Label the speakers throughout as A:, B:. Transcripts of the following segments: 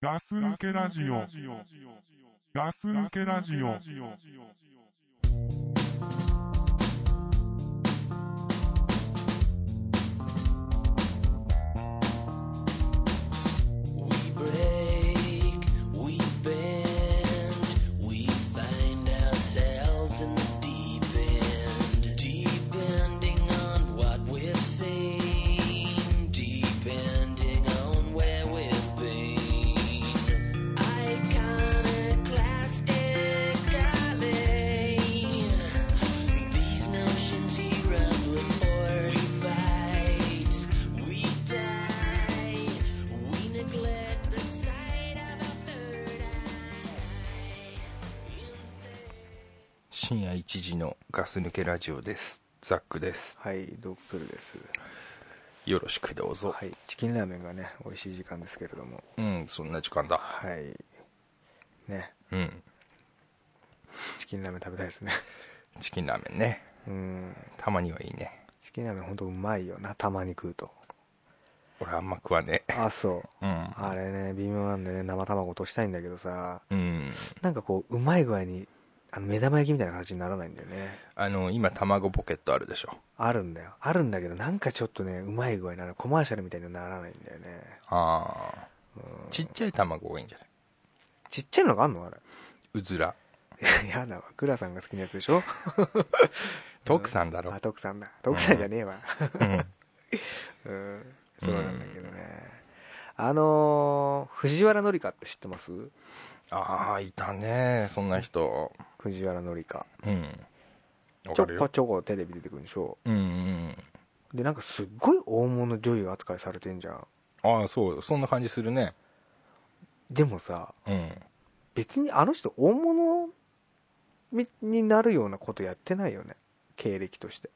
A: ガス抜けラジオ。ガス抜けラジオ。
B: We break, we bend, we find ourselves in the deep end. Depending on what we've seen, depending on where we've been. Iconoclastic alley. These notions here run with forty fights. We die, we neglect the sight of our third eye.
C: 深夜1時のガス抜けラジオですザックです
D: はい、ドップルです。
C: よろしくどうぞ、
D: はい、チキンラーメンがね、美味しい時間ですけれども、
C: うんそんな時間だ
D: はい、ね、
C: うん
D: チキンラーメン食べたいですね。
C: チキンラーメンね
D: うん、
C: たまにはいいね
D: チキンラーメンほんとうまいよな、たまに食うと。
C: 俺あんま食わね
D: あ、そ
C: え
D: う。
C: うん
D: あれね、微妙なんでね、生卵落としたいんだけどさ、
C: うん
D: なんかこう、うまい具合に、あの目玉焼きみたいな形にならないんだよね。
C: あの今卵ポケットあるでしょ
D: あるんだよ。あるんだけど、なんかちょっとね、うまい具合になる。コマーシャルみたいにはならないんだよね。
C: ああ
D: うん
C: ちっちゃい卵がいいんじゃない
D: ちっちゃいのがあんのあれ。
C: うずら
D: やだわ。クラさんが好きなやつでしょ
C: トクさんだろ
D: あ、、徳さんだ。徳さんじゃねえわ。
C: うん、
D: うんそうなんだけどね、あのー藤原紀香って知ってます
C: ああいたねそんな人
D: 藤原紀香
C: うんわ
D: ち
C: か
D: ょ
C: る
D: こ
C: よ
D: ちょこテレビ出てくるんでしょ
C: うんうん
D: でなんかすっごい大物女優扱いされてんじゃん
C: ああそうそんな感じするね
D: でもさ
C: うん
D: 別にあの人大物みになるようなことやってないよね経歴として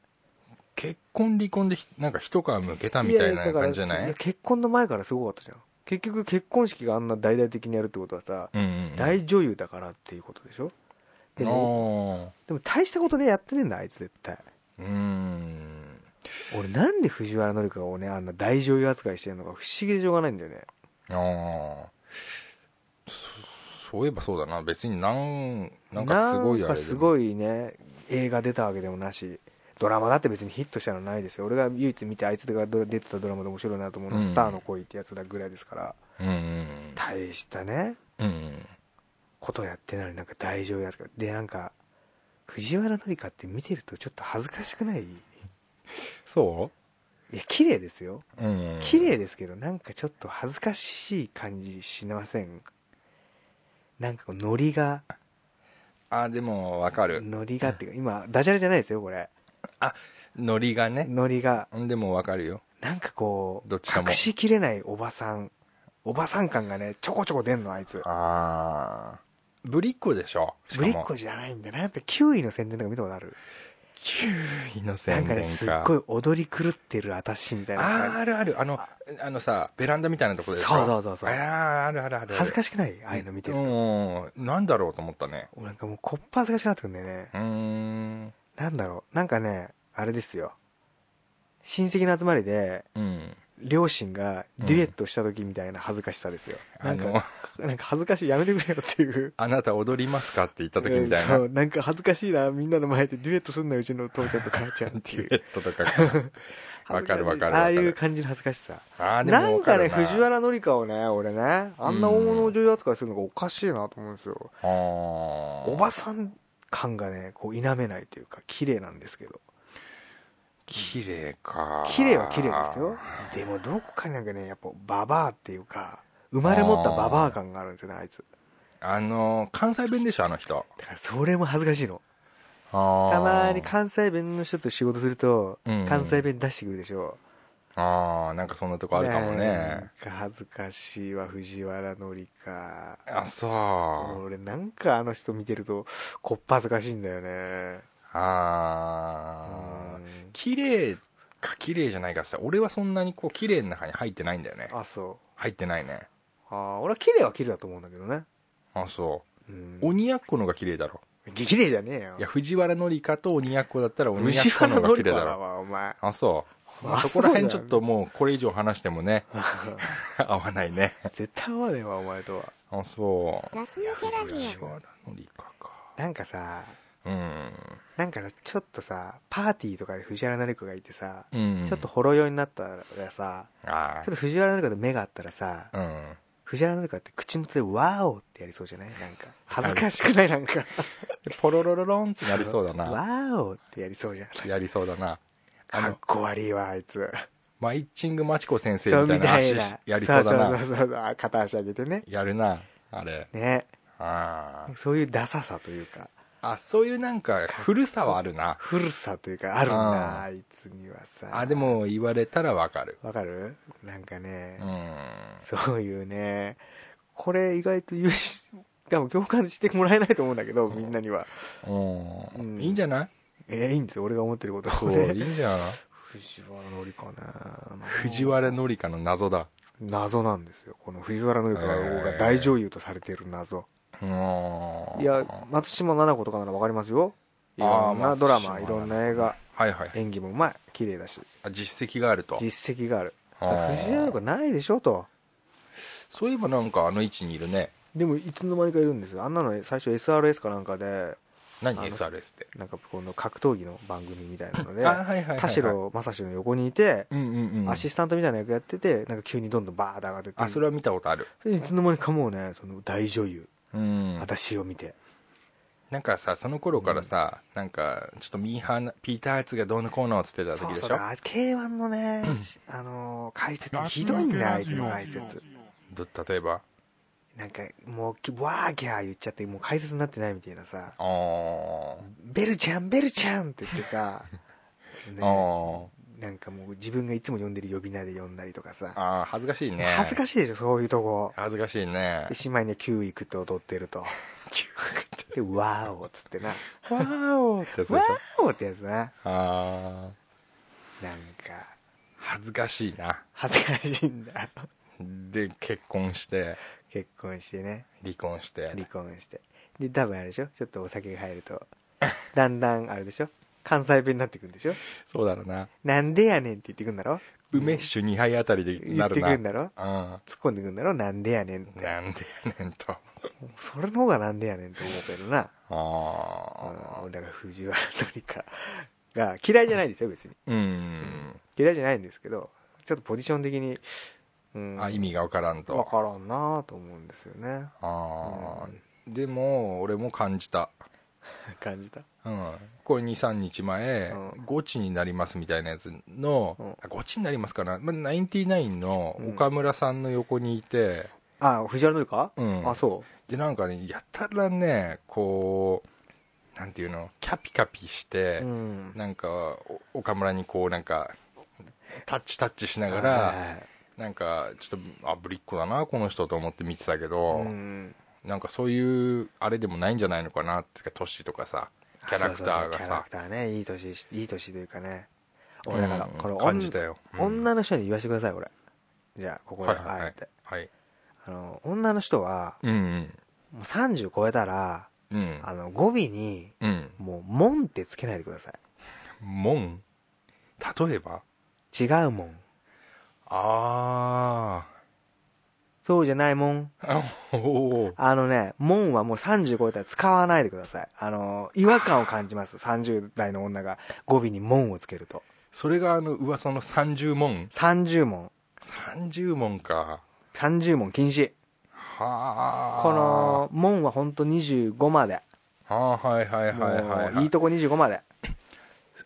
C: 結婚離婚でひなんか一皮むけたみたい
D: やや
C: な
D: だから
C: 感じじゃない
D: や結婚の前からすごかったじゃん結局結婚式があんな大々的にやるってことはさ、
C: うんうんうん
D: 大女優だからっていうことでしょでも
C: あ
D: でも大したことねやってねえんだあいつ絶対
C: ーうーん
D: 俺なんで藤原紀香をねあんな大女優扱いしてるのか不思議でしょうがないんだよね
C: あーそそういえばそうだな別になんなんかすごいあ
D: な
C: れ
D: んか
C: ですも
D: ごいね映画出たわけでもなしドラマだって別にヒットしたのないですよ俺が唯一見てあいつが出てたドラマで面白いなと思うのは、
C: うん
D: スターの恋ってやつだぐらいですから
C: うんうん
D: 大したね
C: うんうん
D: ことやってないのになんか大女優扱いでなんか藤原紀香って見てるとちょっと恥ずかしくないい
C: そ
D: や綺麗ですよ
C: ううん
D: 綺麗ですけどなんかちょっと恥ずかしい感じしませんなんかこうノリが
C: あでもわかる
D: ノリがっていうか今ダジャレじゃないですよこれ
C: ノリがね
D: ノリが
C: うんでもわかるよ
D: なんかこう
C: どっちかも
D: 隠しきれないおばさんおばさん感がねちょこちょこ出んのあいつ
C: ああぶりっ子でしょしか
D: ぶ
C: も
D: りっ子じゃないんだなって9位の宣伝とか見たことある
C: 9位の
D: な
C: 宣
D: んか
C: 伝
D: ね
C: か
D: すっごい踊り狂ってる私みたいな
C: あーあるあるあのあのさベランダみたいなとこ
D: そ
C: ろ
D: う
C: でしょ
D: そうそうそう
C: あーあるあるある
D: 恥ずか
C: しい
D: しくないああいうの見てる
C: う
D: と
C: んなんだろうと思ったね
D: 俺なんかもうこっぱずかしくなってくんだよね
C: うーん
D: なんだろうなんかねあれですよ親戚の集まりで
C: うん
D: 両親がデュエットした時みたいな恥ずかしさですよ、
C: あ
D: なん
C: の
D: かなんか恥ずかしいやめてくれよっていう
C: 「あなた踊りますか?」って言った時みたい
D: そ
C: な
D: うなんか恥ずかしいなみんなの前でデュエットすんなようちの父ちゃんと母ちゃんってい
C: デ
D: う
C: ュエットとか か わかるわかるわかる
D: ああいう感じの恥ずかしさ
C: あーでも
D: なん
C: わか
D: かね
C: るな
D: 藤原紀香をね俺ねあんな大物を女優扱いするのがおかしいなと思うんですよ
C: あ
D: お
C: お
D: ばさん感がねこう否めないというか綺麗なんですけど
C: 綺麗か
D: 綺麗は綺麗ですよでもどこかになんかねやっぱババアっていうか生まれ持ったババア感があるんですよねあいつ
C: あの関西弁でしょあの人
D: だからそれも恥ずかしいの
C: た
D: たまに関西弁の人と仕事すると
C: うん
D: 関西弁出してくるでしょ
C: ああなんかそんなとこあるかも
D: なん
C: ね
D: か恥ずかしいわ藤原紀香
C: あそう
D: 俺なんかあの人見てるとこっぱ恥ずかしいんだよね
C: ああ
D: うん
C: 綺麗か綺麗じゃないかさ俺はそんなにこう綺麗の中に入ってないんだよね
D: あそ
C: 入ってないね
D: うあー俺は綺麗は綺麗だと思うんだけどね
C: あそうう、
D: ん
C: 鬼奴のが綺麗だろ
D: 綺麗じゃねえよ
C: いや藤原紀香と鬼奴だったら鬼
D: 藤
C: 奴の
D: 原
C: が
D: 紀
C: 綺
D: 香
C: 麗だ
D: だ
C: ろ
D: わお前
C: あそまあ、そこら辺ちょっともうこれ以上話してもね 合わないね
D: 絶対合わねえわお前とは
C: あそう
E: ラス抜けラジ
C: 藤
E: オ
C: 原のりかか
D: なんかさ
C: うん、
D: なんかさちょっとさパーティーとかで藤原紀子がいてさ、
C: うん、
D: ちょっとほろ酔いになったらさ
C: あ
D: ちょっと藤原紀子と目が合ったらさ、
C: あうん
D: 藤原紀子って口元で「ワオ!」ってやりそうじゃないなんか恥ずかしくないなんか
C: でポロロロロンってなりそうだ な
D: ワオってやりそうじゃん
C: やりそうだなあ
D: か
C: の
D: っこ悪いわあいつ
C: マイチングマチコ先生みたいな
D: そ
C: 足
D: うみ
C: やりそうだな
D: そうそうそうそう片足上げてね
C: やるなあれ
D: ね
C: あ
D: そういうダサさというか
C: ああそういうなんか古さはあるな
D: 古さというかあるな
C: うん
D: あいつにはさ
C: あでも言われたらわかる
D: わかるなんかね、
C: うん
D: そういうねこれ意外と有しでも共感してもらえないと思うんだけどみんなには
C: う
D: うん
C: ん、いいんじゃない
D: えいいんですよ俺が思ってること
C: そ
D: を
C: う、
D: ね
C: いいんじゃない
D: 藤原紀香ね
C: 藤原紀香の謎だ。
D: 謎なんですよこの藤原紀香が大女優とされている謎、
C: うーん
D: いや松島菜々子とかならわかりますよいろん
C: あ
D: な
C: ー
D: ドラマ
C: 松島菜々
D: い
C: 子
D: ろんな映画
C: はいはい。
D: 演技もうまい綺麗だし
C: あ実績があると。
D: 実績がある
C: あ
D: だから
C: ー
D: 藤原紀香ないでしょと
C: そういえばなんかあの位置にいるね。
D: でもいつの間にかいるんですよあんなの最初 SRS かなんかで
C: 何
D: あの
C: SRS って。
D: なんかこの格闘技の番組みたいなので
C: あ、はいはいはい。
D: 田代正史の横にいて、
C: うんうんうん。
D: アシスタントみたいな役やっててなんか急にどんどんバーッと上がってって
C: あ、それは見たことある。
D: それいつの間にかもうねその大女優、
C: うん。
D: 私を見て
C: なんかさ、その頃からさ、なんか、ちょっとミーハーな、ピーターツがどうのこうのっつってた
D: そ
C: 時で
D: う
C: し
D: そ
C: ょ
D: うだ K1 のね、あのー解説ひどいんだよあいつの解説
C: ど例えば。
D: なんかもうきわーギャー言っちゃってもう解説になってないみたいなさ
C: あー。
D: 「ベルちゃんベルちゃん」って言っ てさ
C: あ
D: ね
C: ー
D: なんかもう自分がいつも呼んでる呼び名で呼んだりとかさ
C: あー、恥ずかしいね。
D: 恥ずかしいでしょそういう とこ
C: 恥ずかしいね
D: で。姉妹にはキュウイクって踊ってるとで「ワーオ」っつってな
C: わーおってやつでしょ
D: わーおってやつな。
C: あー
D: なんか、
C: 恥ずかしいな
D: 恥ずかしいんだ。
C: で結婚して
D: 結婚してね、
C: 離婚して
D: 離婚して。で、多分あれでしょちょっとお酒が入ると、だんだんあれでしょ関西弁になってくんでしょ
C: そうだろうな
D: なんでやねんって言ってくんだろ
C: 梅酒2杯あたりで
D: 言
C: な
D: っ
C: る
D: て
C: な
D: くんだろ
C: う
D: 突っ込んでくんだろなんでやねん
C: ん
D: って。
C: なんでやねんと
D: それの方がなんでやねんと思うけどな。
C: ああ
D: うんだから藤原紀香が嫌いじゃないですよ、別に。
C: うん
D: 嫌いじゃないんですけど、ちょっとポジション的に、うん、
C: あ意味が分からん
D: わ
C: と
D: からんなぁと思うんですよね。
C: あーでも俺も感じた
D: 感じた。
C: うん、これ23日前
D: うん
C: 「ゴチになります」みたいなやつの
D: うん
C: 「あゴチになります」かな、まあ、99の岡村さんの横にいて、
D: あ、藤原紀香
C: うん、
D: あ、そう。
C: でなんかねやたらねこうなんていうのキャピキャピして、
D: うん
C: なんかお岡村にこうなんかタッチタッチしなが
D: はいは
C: ら
D: いはい
C: なんかちょっとあぶりっ子だなこの人と思って見てたけ
D: う
C: ど、
D: ん
C: なんかそういうあれでもないんじゃないのかなってかトシとかさキャラクターがさ
D: そうそうそうキャラクターねいい年しいい年というかね
C: う
D: 俺
C: ん
D: だからこの
C: 感じたよ、うん
D: 女の人に言わせてください俺じゃあここで
C: はいはいはい
D: あえて
C: はい
D: あの女の人は
C: うんうん
D: もう30超えたら
C: うん
D: あの語尾に
C: うん
D: もう「もん」ってつけないでくださ
C: 門例えば
D: い違うもん
C: あ
D: そうじゃないもん
C: ーあおお
D: あのね「もん」はもう30超えたら使わないでくださいあの違和感を感じます30代の女が語尾に「もん」をつけると
C: それがあの噂の30問
D: 30問
C: 30問か
D: 30問禁止
C: はあ
D: この門は本当25まで、
C: はあはいはいはいはい、
D: も
C: は
D: う
C: い、
D: いいとこ25まで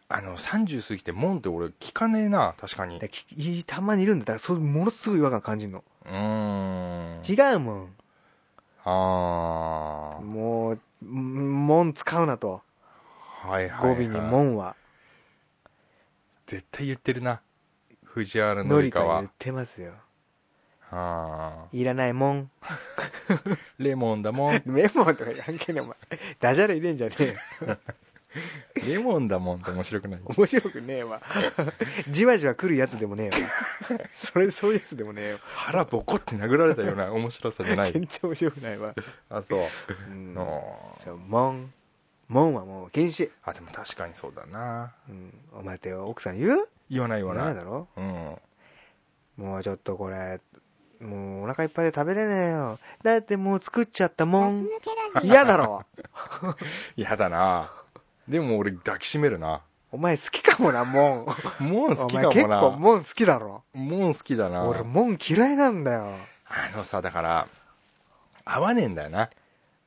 C: あの30過ぎて門って俺聞かねえな確かに
D: できいいたまにいるんだだからそうものすごい違和感感じるの
C: うーん
D: 違うも
C: あ
D: んもううん門使うなと
C: あはいはい、
D: 語
C: はい、
D: 尾に門は
C: 絶対言ってるな藤原
D: の
C: 紀
D: り
C: 香
D: か
C: は
D: 言ってますよ
C: あー
D: いらないもん
C: レモンだもん
D: レモンとかやんけねお前ダジャレ入れんじゃねえよ
C: レモンだもんって面白くない
D: 面白くねえわじわじわ来るやつでもねえわそれそういうやつでもねえよ
C: 腹ボコって殴られた ような面白さじゃな
D: 全
C: い
D: 然面白くないわ、
C: あそう
D: うん、
C: の
D: そう門門はもう禁止
C: あでも確かにそうだな
D: うん、お前って奥さん言う
C: 言わない言わ
D: な
C: ないい
D: だろ
C: うん
D: もうちょっとこれもうお腹いっぱいで食べれねえよだってもう作っちゃったもん嫌だろ
C: 嫌だなでも俺抱きしめるな
D: お前好きかもなもん
C: も ん好
D: お
C: き
D: 前
C: か
D: 結
C: もな
D: 構もん好きだろ
C: もん好きだな
D: 俺もん嫌いなんだよ
C: あのさだから合わねえんだよな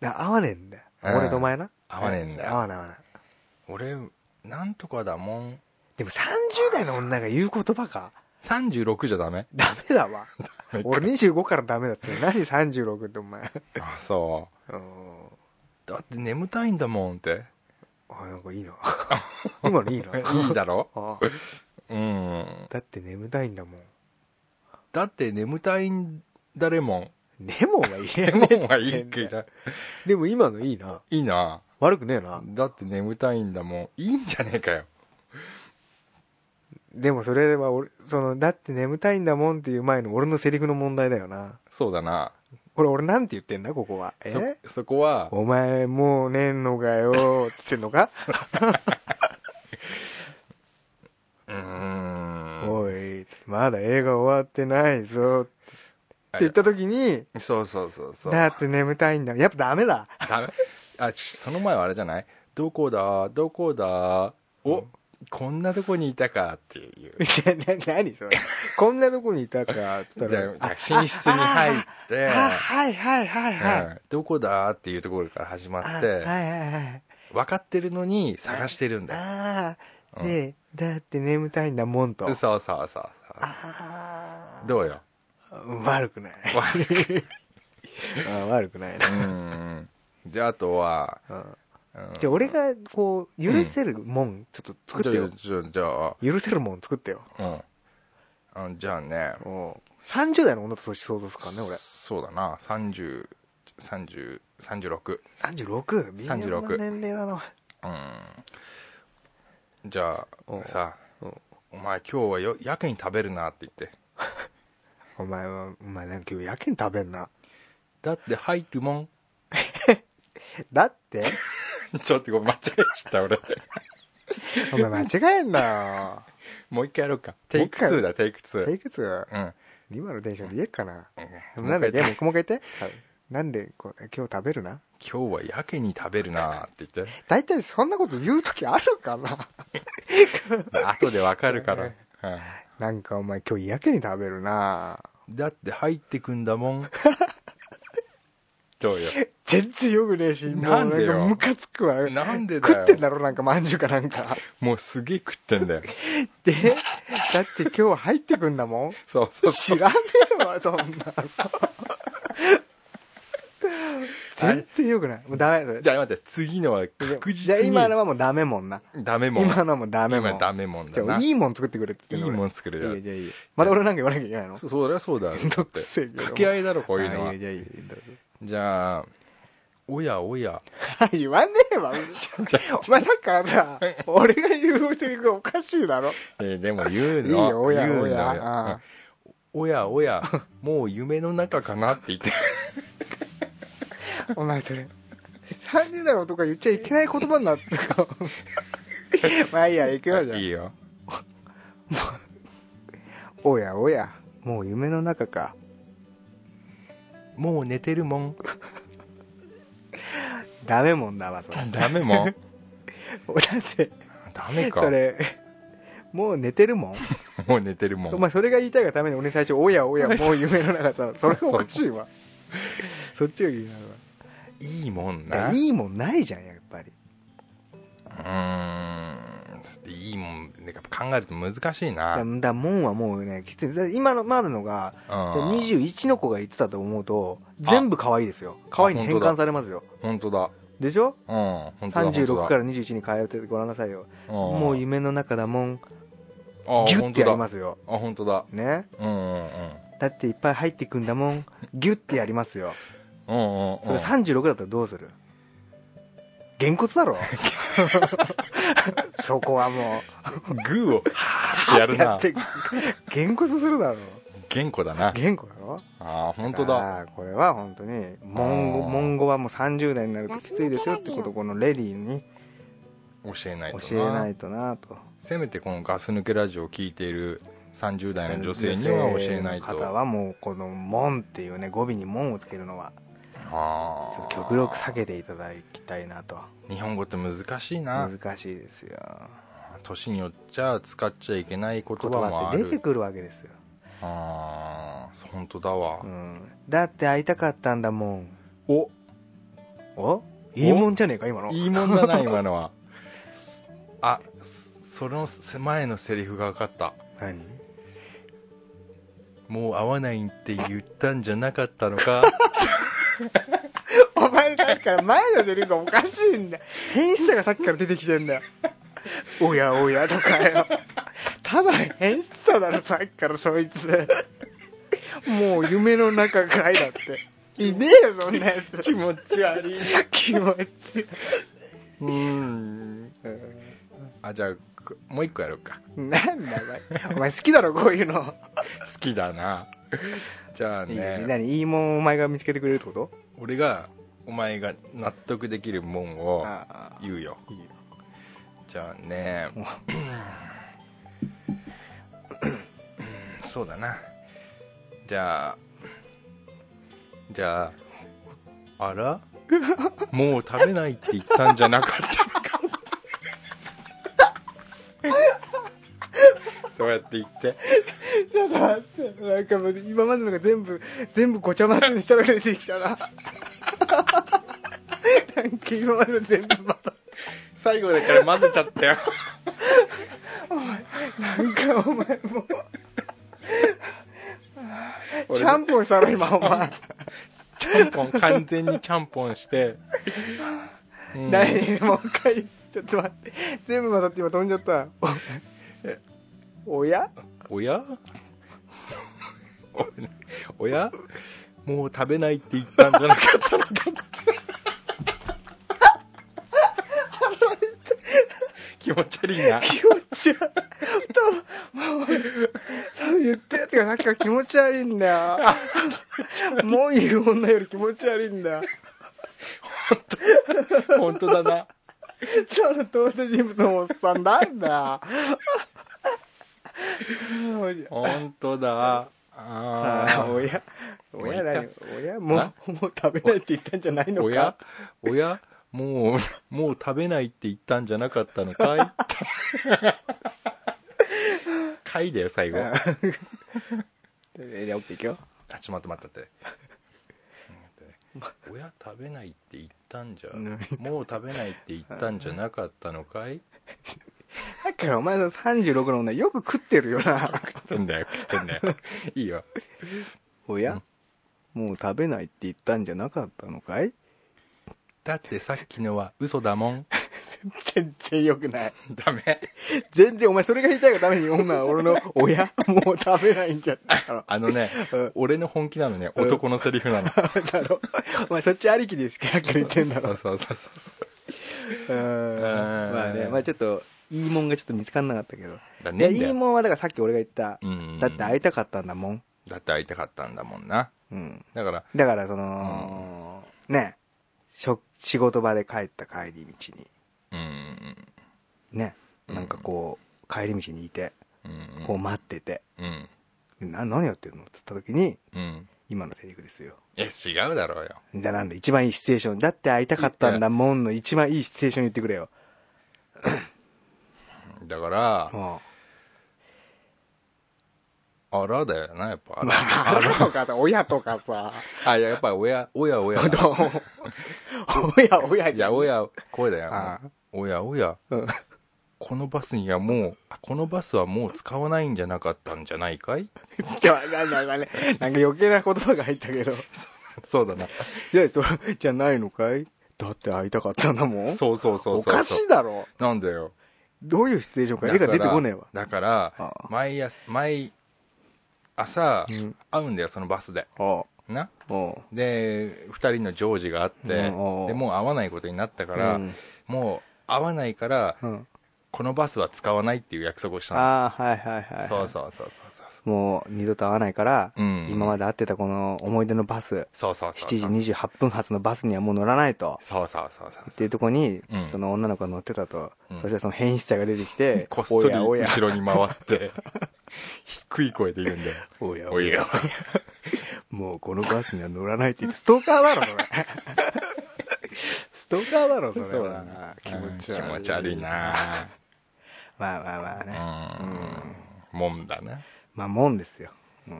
D: だから合わねえんだよ
C: うん
D: 俺とお前な
C: 合わねえんだよ
D: 合わない合わない
C: 俺なんとかだもん
D: でも30代の女が言う言 葉か
C: 36じゃダメ
D: ダメだわ
C: メか
D: 俺25からダメだって何36ってお前
C: あそ
D: うん
C: うだって眠たいんだもんって
D: あなんかい いな今のいいない
C: いだろ
D: あ
C: うん
D: だって眠たいんだ もん
C: だって眠たいんだレモン
D: レモンはい
C: レ
D: れ
C: モ
D: ねえ
C: ンはいいけど
D: でも今のいいない
C: いな
D: 悪くねえな
C: だって眠たいんだもんいいんじゃねえかよ
D: でもそれは俺そのだって眠たいんだもんっていう前の俺のセリフの問題だよな
C: そうだな
D: これ俺なんて言ってんだここは
C: そ
D: え
C: そこは
D: お前もうねんのかよってってんのか
C: うーん
D: おいまだ映画終わってないぞって言った時に
C: そうそうそうそう
D: だって眠たいんだやっぱダメだ
C: ダメあちその前はあれじゃないどこだどこだお、こんなとこにいたかって いう
D: いやな何それこんなとこに いたかっつった
C: じゃ
D: ら
C: あ寝室に入って、
D: あはいはいはいはい、
C: うんどこだっていうところから始
D: あ
C: まっ
D: はい
C: て
D: はいはい
C: 分かってるのに探してるんだよ、
D: ああ、
C: うん
D: でだって眠たいんだもんと
C: そうそうそうそう
D: ああ
C: どうよ
D: 悪くない
C: 悪
D: あー悪くないうな、
C: んじゃああとは、
D: うん
C: うん
D: じゃあ俺がこう許せるもんちょっと作ってよ、
C: じゃあじゃあ
D: 許せるもん作ってよ
C: じゃあ、うん、あじゃあね
D: もう30代の女と年相当するからね俺
C: そうだな303036 30
D: 36微妙な
C: 36
D: 年齢だな
C: うんじゃ
D: うん
C: あさ
D: うん
C: お前今日はよやけに食べるなって言って
D: お前はお前なんか今日やけに食べんな
C: だって入るもん
D: だって
C: ちょっとごめん間違えちゃった俺
D: お前間違えんな
C: もう一回やろうかテイク2だテイク
D: よ
C: 2
D: いくつ
C: うん
D: 今のテンションで言えっかな
C: うん
D: なんだっけ
C: もう
D: もう
C: 一
D: もう一回言ってなんでこう今日食べるな
C: 回今日はやけに食べるなって言って
D: 大体そんなこと言う時あるかな
C: 後でわかるからうん
D: なんかお前今日やけに食べるな
C: だって入ってくんだもんどうよ
D: 全然よくねえしもう
C: なんでよ
D: かムカつくわ
C: なんでだよ
D: 食ってんだろなんかまんじゅうかなんか
C: もうすげえ食ってんだよ
D: でだって今日は入ってくんだもん
C: そうそうそう
D: 知らねえわそんなの全然よくないもうダメそ れ
C: じゃあ待って次のは確
D: じゃ
C: 実
D: あ
C: に
D: 今のはもうダメもんな
C: ダメもん
D: 今のはもうダメもん
C: 今ダメもん
D: じ
C: だ
D: ゃ
C: な
D: あいいもん作ってくれって言
C: い
D: っ
C: い
D: てんの
C: もん作れ
D: 俺
C: る
D: いいよじゃあいいよまだ俺なんか言わなきゃいけない の
C: そそりゃそうだよ
D: めんどくせえけど
C: 掛け合いだろこういうの
D: あ
C: はい
D: いよじゃあいいよどうぞ
C: じゃあおやおや
D: 言わねえわ。お前さっきからさ、俺が言うセリフがおかしいだろ。
C: えーでも言う
D: い
C: の
D: いよ、おや
C: 言うの
D: おや。
C: うん
D: あ
C: おやおやもう夢の中かなって言って
D: あお前それ、30代の男が言っちゃいけない言葉になってる か。まあいいや、行くよ、じゃあ
C: いい。よ
D: おやおや、もう夢の中か。
C: もう寝てるもん
D: ダメもんだわ、それ。
C: ダメ もん
D: 俺だって、
C: ダメか
D: それ、もう寝てるもん。
C: もう寝てるもん
D: お前それが言いたいがために俺最初、おやお や、もう夢の中さ、それがおかしいわ。そっちが気になるわ。
C: いいもん
D: だか
C: な
D: らいいもんないじゃん、やっぱり。
C: うーんいいもんなんか考えると難しい
D: だ
C: な
D: だ門はもうねきついですだから今のまだのがじゃあ
C: うん
D: 21の子が言ってたと思うと全部可愛いですよ可愛いに変
C: 本当
D: 換
C: だ
D: されますよ
C: 本当だ
D: でしょ
C: うん本当だ
D: 36から21に変えてごらんなさいよも
C: も
D: う夢の中だもん
C: あ
D: ギュッてやりますすよ
C: あ本当だ
D: ね
C: うんうんうん
D: だっていっぱい入ってくんだもんギュッてやりますよ
C: うんうん
D: それ36だったらどうするげんこつ だろそこはも
C: グーをはーってや
D: う
C: る
D: や
C: な
D: ってげんこつするだろ
C: 言語だな
D: げんこだろ
C: ああ本当だ
D: あーこれは本当に文
C: あ
D: 語
C: ー
D: 文語はもう30代になるときついですよってことをこのレディーに
C: 教えないとな
D: 教えないとなと
C: せめてこのガス抜けラジオを聞いている30代の女性には教えないと
D: 女性の方はもうこの「門」っていうね語尾に「門」をつけるのは
C: あ
D: ち
C: ー
D: ょっと極力避けていただきたいなと
C: 日本語って難しいな
D: 難しいですよ
C: 年によっちゃ使っちゃいけない言葉
D: 言葉
C: も
D: っ
C: あ
D: て
C: る
D: 出てくるわけですよ、
C: あー本当だわ、
D: うん、だって会いたかったんだもん
C: お
D: おいいもんじゃねえか今の
C: いいもんだな今のは あその前のセリフが分かった
D: 何
C: もう会わないって言ったんじゃなかったの か
D: お前だから前のセリフがおかしいんだ編集者がさっきから出てきてんだよ おやおやとかよただ編集者だろさっきからそいつもう夢の中かいだっていねえよそんなやつ気持ち悪い気持ち悪い
C: うん
D: うん
C: あじゃあくもう一個やろうか
D: なんだお前お前好きだろこういうの
C: 好きだ なじゃあ
D: い
C: ね
D: い何いいもんお前が見つけてくれるってこと
C: 俺がお前が納得できるもんを
D: あ
C: 言うよ
D: あいいよ
C: じゃあね
D: もう
C: そうだなじゃあじゃああ らもう食べないって言ったんじゃなかったの かそうやって言って
D: ちょっと待って、なんかもう今までのが全部、全部ごちゃ混ぜにしたのが出てきた な。なんか今までの全部また、
C: 最後だから混ぜちゃったよ
D: なんかお 前もう、
C: 俺
D: ちゃんぽんしたろ今お前。
C: ちゃんぽん完全にちゃんぽん して、うん
D: 何もう一回、ちょっと待って、全部またって今飛んじゃった。おおや
C: おや おおやもう食べないって言ったんじゃなかったのか 気持ち悪いな
D: 気持ち悪い。と、もう、そう言ったやつがさっきから気持ち悪いんだよ。もう言う女より気持ち悪いんだよ。
C: 本当だな
D: その登場人物のおっさんなんだ。
C: 本当だあ
D: あ
C: ー
D: ー親、親だよ。親も
C: な
D: う、もう食べないって言ったんじゃないの
C: おや
D: か。
C: おやもうもう食べないって言ったんじゃなかったのか いかいだよ最後あ
D: えじゃあ、オッケーいくよ。
C: ちょっと 待って待って待っておや食べないって言ったんじゃ
D: うん
C: もう食べないって言ったんじゃなかったのかい
D: だからお前の36の女よく食ってるよな。
C: 食ってんだよ食ってんだよいいよ
D: おやもう食べないって言ったんじゃなかったのかい
C: だってさっきのは嘘だもん
D: 全然よくない。
C: ダメ
D: 全然、お前それが言いたいがために、女は俺の、親もう食べないんじゃないから。
C: あのね
D: うん
C: 俺の本気なのね
D: うん
C: 男のセリフなの
D: だろお前そっちありきですから言ってんだろ
C: そうそうそうそう
D: うーん
C: うん
D: まあね、まあちょっと、いいもんがちょっと見つからなかったけど。
C: だね
D: で、いいもんはだからさっき俺が言った、
C: うん
D: だって会いたかったんだもん。
C: だって会いたかったんだもんな
D: うん。
C: だから
D: だからその、ね、しょ仕事場で帰った帰り道に、
C: うん
D: ね、なんかこう、帰り道にいて、
C: うん
D: こう待ってて、
C: うん
D: な、何やってんのって言った時に、
C: うん
D: 今のセリフですよ。
C: え違うだろうよ
D: じゃあなんで一番いいシチュエーション、だって会いたかったんだもんの一番いいシチュエーション言ってくれよ。
C: だから
D: も
C: あらだよなやっぱあ
D: うま
C: ら
D: あ、あるとかさ、親とかさ、
C: あいややっぱおやおやおやだ
D: どうおやおや
C: いやおや声だよ
D: あ
C: おやおや
D: うん
C: このバスにはもうあこのバスはもう使わないんじゃなかったんじゃないかい
D: じゃあ、なんだかね、なんか余計な言葉が入ったけど。
C: そうだない
D: や、それじゃないのかいだって会いたかったんだもん。
C: そうそうそうそう
D: おかしいだろ。
C: なんだよ
D: どういうシチュエーションか絵が出てこねえわ。
C: だからだから
D: あ
C: 毎朝毎朝
D: うん
C: 会うんだよそのバスで
D: あ
C: な
D: あ、お
C: で2人のジョージがあって、
D: うんおう
C: でもう会わないことになったから、
D: うん
C: もう会わないから、
D: うん。
C: このバスは使わないっていう約束をしたの
D: ああ、はいはいはい。
C: そうそうそうそうそうそう
D: もう二度と会わないから、
C: うん
D: 今まで会ってたこの思い出のバス、
C: そうそうそうそう
D: 7時28分発のバスにはもう乗らないと。
C: そうそうそうそう
D: っていうとこに、
C: うん
D: その女の子が乗ってたと、
C: うん
D: そしてその変質者が出てきて、
C: こっそり
D: お
C: 後
D: や
C: ろに回っ て低い声で言うんだよ
D: おや
C: おいや
D: もうこのバスには乗らないって言って、ストーカーだろ、それ。 ストーカーだろ、それは。気持ち悪
C: うん
D: い。
C: 気持ち悪い。な
D: まあまあまあ
C: う
D: ね。
C: んもんだね
D: まあ、もんですよ。うん。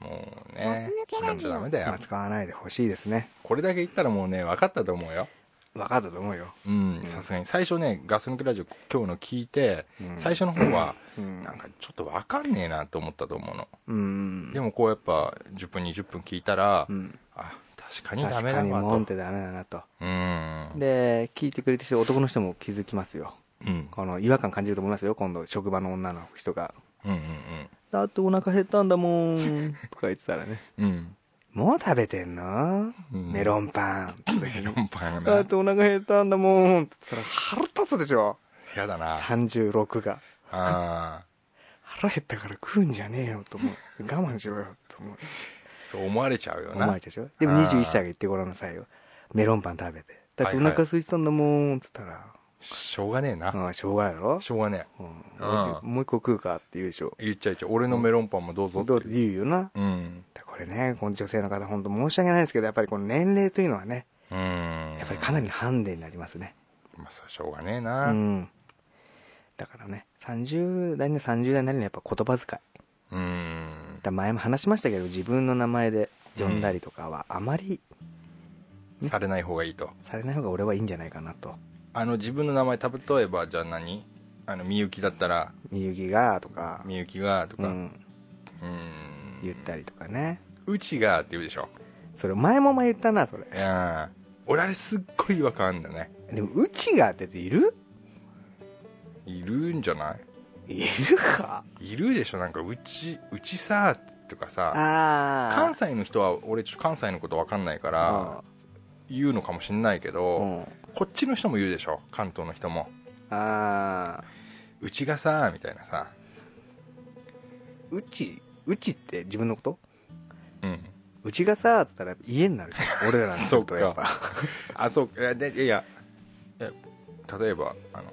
C: もうねなんとダメだ
D: ま
C: よ
D: あ、使わないでほしいですね。
C: これだけ言ったらもうね分かったと思うよ
D: 分かったと思うよ。
C: うんさすがに最初ねガス抜きラジオ今日の聞いて
D: うん
C: 最初の方は
D: うん
C: なんかちょっと分かんねえなと思ったと思うの
D: うん。
C: でもこうやっぱ10分20分聞いたら
D: うん、
C: あ確かにダ
D: 確
C: メだ
D: か
C: な
D: にもんっ
C: と
D: てダメだなと。
C: うん
D: で、聞いてくれてる人、男の人も気づきますよ。
C: うん
D: この違和感感じると思いますよ、今度、職場の女の人が。
C: うんうん
D: だってお腹減ったんだもん。 とか言ってたらね。
C: うんうん
D: もう食べてんの
C: うん
D: メロンパン。
C: メロンパン
D: だ
C: が
D: っ
C: な
D: てお腹減ったんだもん。って言ったら腹立つでしょ。
C: 嫌だな
D: 36が。
C: あ
D: 腹減ったから食うんじゃねえよと思う。我慢しろよと思う。
C: ーそう思われちゃうよ
D: 思わ
C: な
D: れちゃうでしょ。でも
C: あー
D: 21歳が言ってごらんなさいよ。メロンパン食べて。だっ
C: は
D: てお
C: いは
D: 腹
C: い
D: 空いてたんだもん。って言ったら、
C: しょうがねえな
D: ああ、しょうがないだろ。
C: しょうがね
D: うん
C: あー
D: もう一個食うかって言うでしょ。
C: え言っちゃいちゃう俺のメロンパンもどうぞ
D: ど
C: って
D: うって言うよな。
C: うん
D: これね、この女性の方、本当申し訳ないですけど、やっぱりこの年齢というのはね、
C: うん
D: やっぱりかなりのハンデになりますね。
C: まあそれしょうがねえ
D: う
C: なうん
D: ん。だからね、30代には30代なりのやっぱ言葉遣い。だから前も話しましたけど、自分の名前で呼んだりとかは、あまり
C: されない方がいいと
D: されない方が俺はいいんじゃないかなと。
C: あの自分の名前例えばじゃあ何あのみゆきだったら
D: みゆきがとか、
C: みゆきがと
D: う、
C: かうん
D: 言ったりとかね。
C: うちがって言うでしょ
D: それ、前も前言ったな、それ。
C: いやー俺あれすっごい違和感あんだね
D: でも、うちがってやついる
C: いるんじゃない
D: いるか。
C: いるでしょなんかうちうちさとかさ
D: あー。
C: 関西の人は俺ちょっと関西のことわかんないから言うのかもしんないけど、
D: うんうん。
C: こっちの人も言うでしょ関東の人も
D: あ
C: うちがさみたいなさ
D: ー。うち、うちって自分のこと
C: うん
D: うちがさーって言ったら家になるじゃん。俺らのことや
C: そ
D: っ
C: う
D: ぱ。
C: あそういやでいやいや例えばあの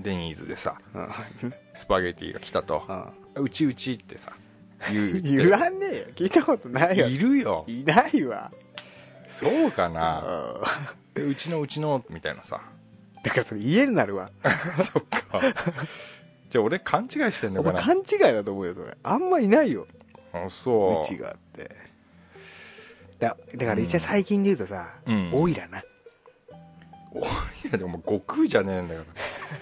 C: デニーズでさ
D: うん
C: スパゲティが来たと
D: うん
C: うちうちってさ言うって
D: 言わねえよ。聞いたことないよ。
C: いるよ
D: いないわ。
C: そうかな
D: う
C: で
D: ん
C: うちのうちのみたいなさ
D: だからそれ家になるわ。
C: そっかじゃあ俺勘違いしてんの
D: お
C: か
D: 前
C: な
D: 勘違いだと思うよ、それ。あんまいないよ。
C: あ
D: う
C: そ
D: ち
C: う
D: があって。だだから一応最近で言うとさ、
C: うん
D: オイラな。
C: いやでももう悟空じゃねえんだ か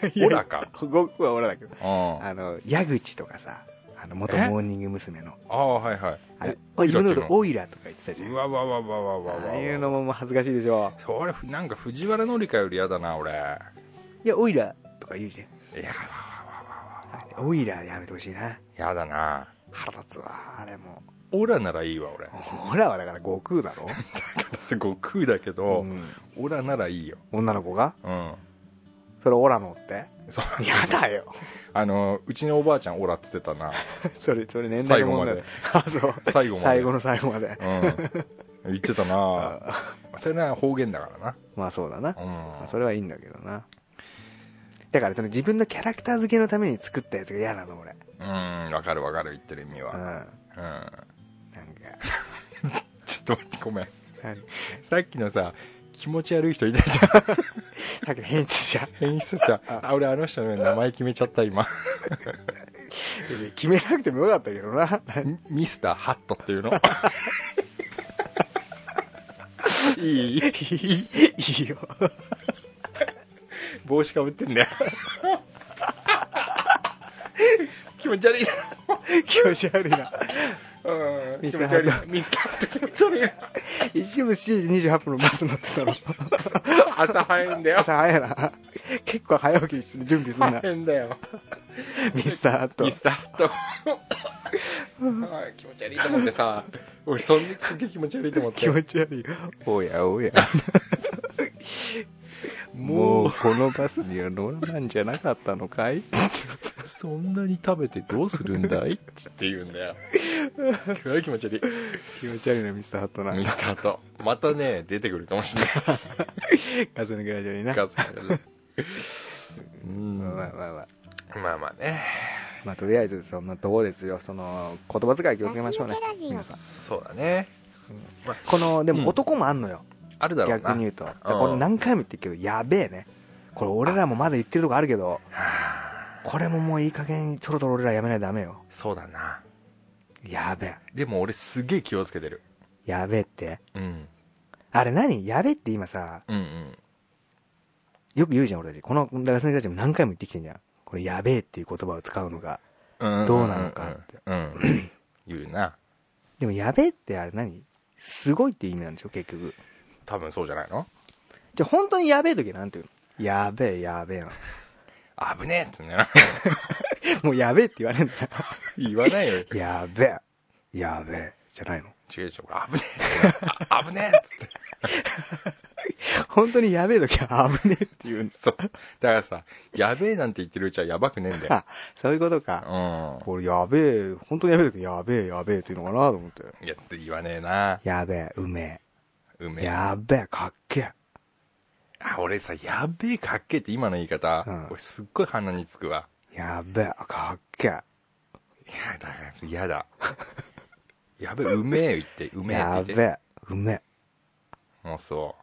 C: らオラか
D: 僕はオラだけど。
C: うんあ
D: あの、矢口とかさ、あの、元
C: え
D: モーニング娘。の。
C: あはいはい
D: あれ、
C: お
D: 自分のこ
C: オイラっていう
D: とオイラとか言ってたじゃ。
C: うんわわわわわわわ
D: ああいうのももう恥ずかしいでしょ。
C: それなんか藤原紀香より嫌だな俺いや
D: いや、オイラとか言うじゃん。オイラやめてほしいな。
C: 嫌だな
D: 腹立つわ、あれも。
C: オラならいいわ俺
D: オラはだから悟空だろ。
C: 悟空だけど、
D: うん
C: オラならいいよ
D: 女の子が
C: うん
D: それオラのって
C: そう
D: やだよ。
C: あのうちのおばあちゃんオラっつってたな
D: それ、それ年代の問題だ。 あ、そう。
C: 最後まで
D: 最後の最後まで。
C: うん言ってたな
D: あ
C: それは方言だから
D: まあそうだな。
C: なうん
D: それはいいんだけどな。だからその自分のキャラクター付けのために作ったやつが嫌なの、俺。
C: うんわかるわかる言ってる意味
D: うん。
C: は
D: なんか
C: うん、ちょっと待ってごめん
D: 何
C: さっきのさ気持ち悪い人いた じゃん
D: さっきの変質者。
C: 変質者あ俺あの人の名前決めちゃった今
D: 決めなくてもよかったけどな。
C: ミ ミスターハットっていうの いい
D: いいよ。
C: 帽子かぶってんだよ気持ち悪いな
D: 気持ち悪いな。
C: うん
D: ミスターハ
C: 気持ち
D: ット
C: 悪いなミスターハット気持ち悪いな
D: 一部7時28分のバス乗ってたろ。
C: 朝早いんだよ
D: 朝早いな。結構早起きして準備すんな。
C: 変だよ
D: ミスターと。
C: ミスターハット あー気持ち悪いと思ってさ俺そんな すっげえ気持ち悪いと思って
D: 気持ち悪いよ。おやおや。
C: もうこのバスには乗らなんじゃなかったのかいそんなに食べてどうするんだいって言うんだよ。すごい気持ち悪い。
D: 気持ち悪いなミスターハットな
C: ミスターと。またね、出てくるかもしれない。
D: 風のグラジオにな
C: ガスがねうん。
D: まあまあ
C: ま
D: まあ
C: あまあね。
D: まあとりあえずそんなとこですよその言葉遣い気をつけましょうね
E: ガス抜けラジオ
D: 皆さん
C: そうだね。
D: こので
C: うん
D: も男もあんのよ、
C: あるだろうな。
D: 逆に言うとだからこれ何回も言ってるけどやべえねこれ俺らもまだ言ってるとこあるけどこれももういい加減そろそろ俺らやめないとダメよ
C: そうだな。
D: やべえ
C: でも俺すげえ気をつけてる。
D: やべえって
C: うん。
D: あれ何やべえって今さ
C: うんうん。
D: よく言うじゃん俺たちこのガス抜けラジオも何回も言ってきてんじゃんこれやべえっていう言葉を使うのがどうなのかって
C: うん言うな
D: でもやべえってあれ何すごいって意味なんでしょ結局
C: 多分そうじゃないの
D: じゃあ本当にやべえ時はなんていうのやべえやべえな
C: 危ねえってね
D: もうやべえって言われるんだよ
C: 言わないよ違う
D: やべえやべえじゃないの
C: 違うこれ危ねえってあ危ねえっつって
D: 本当にやべえ時は危ねえって言うんです
C: そうだからさやべえなんて言ってるうちはやばくねえんだよ
D: あそういうことか
C: う
D: これやべえ本当にやべえ時やべえやべえっていうのかなと思って
C: んいやって言わねえな
D: やべえうめ
C: うめ
D: え
C: え
D: やべえかっけえ
C: あ俺さやべえかっけえって今の言い方、
D: うん
C: 俺すっごい鼻につくわ
D: やべえかっけえ
C: いやだから嫌 だやべえうめえ言ってうめえ
D: や
C: って言
D: べ
C: って
D: えうめえ
C: もうそ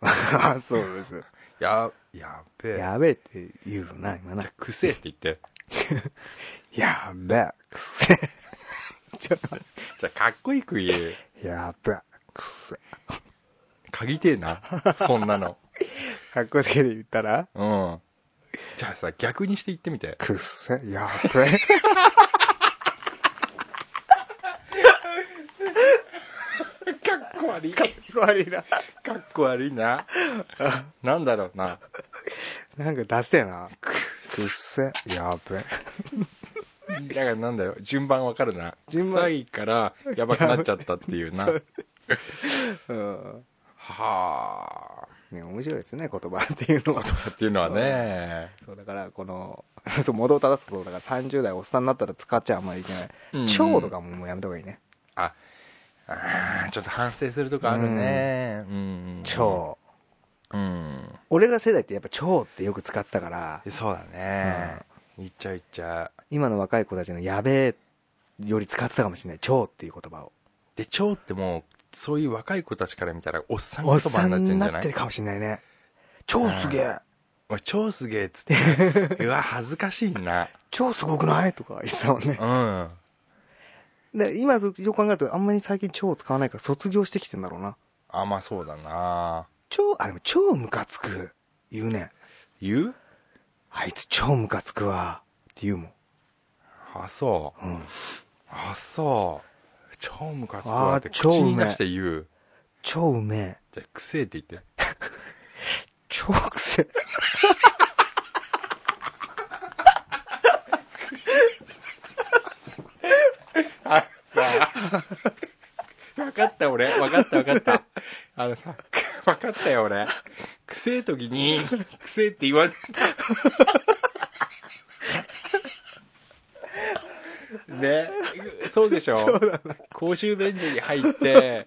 D: あ そうです
C: うややべえ
D: やべえって言うのな今な
C: じゃあくせえって言って
D: やべえくせえ ちょっと待
C: じゃあかっこいいく言え
D: ってやべえくせえ
C: 鍵てえなそんなの
D: かっこつけて言ったら
C: うんじゃあさ逆にして言ってみて
D: くっせやべ え
C: かっこ悪いか
D: 悪いな
C: っこ悪いななんだろうな
D: なんか出せえなくっせやべえ
C: だからなんだよ順番わかるな
D: 順番
C: 臭いからやばくなっちゃったって いうな
D: そううん
C: は
D: ね面白いですね言葉っていうのは
C: あっていうのはね
D: そうだからこのちょっと元を正すとだから30代おっさんになったら使っちゃあんまりいけない
C: うん
D: 腸とかももうやめた方がいいね
C: ああーちょっと反省するとこあるねうん
D: 腸
C: うん
D: 俺ら世代ってやっぱ腸ってよく使ってたから
C: そうだね言っちゃう言っちゃう
D: 今の若い子たちのやべえより使ってたかもしれない腸っていう言葉を
C: で腸ってもうそういう若い子たちから見たらおっさん
D: お
C: 言
D: っさ
C: 葉になっ
D: ん
C: て
D: に
C: んじゃ
D: な
C: な
D: っ
C: い
D: てるかもしれないね腸すげえ
C: おい超すげえっつって うわ恥ずかしいな
D: 腸すごくないとか言ってたもんね
C: うん
D: で今そう考えるとあんまり最近超使わないから卒業してきてんだろうな
C: あまあそうだな
D: 超あでも超ムカつく言うね
C: 言う
D: あいつ超ムカつくわって言うもん、
C: あそう
D: うん、
C: あそう超ムカつく
D: あ
C: わ
D: ー
C: って
D: 超
C: 口
D: うめえ
C: に出して言う
D: 超うめえ
C: じゃあくせえって言って
D: 超くせえ
C: あさあ分かった俺分かった分かったあのさ分かったよ俺くせえ時にくせえって言われたねそうでしょ公衆便所に入って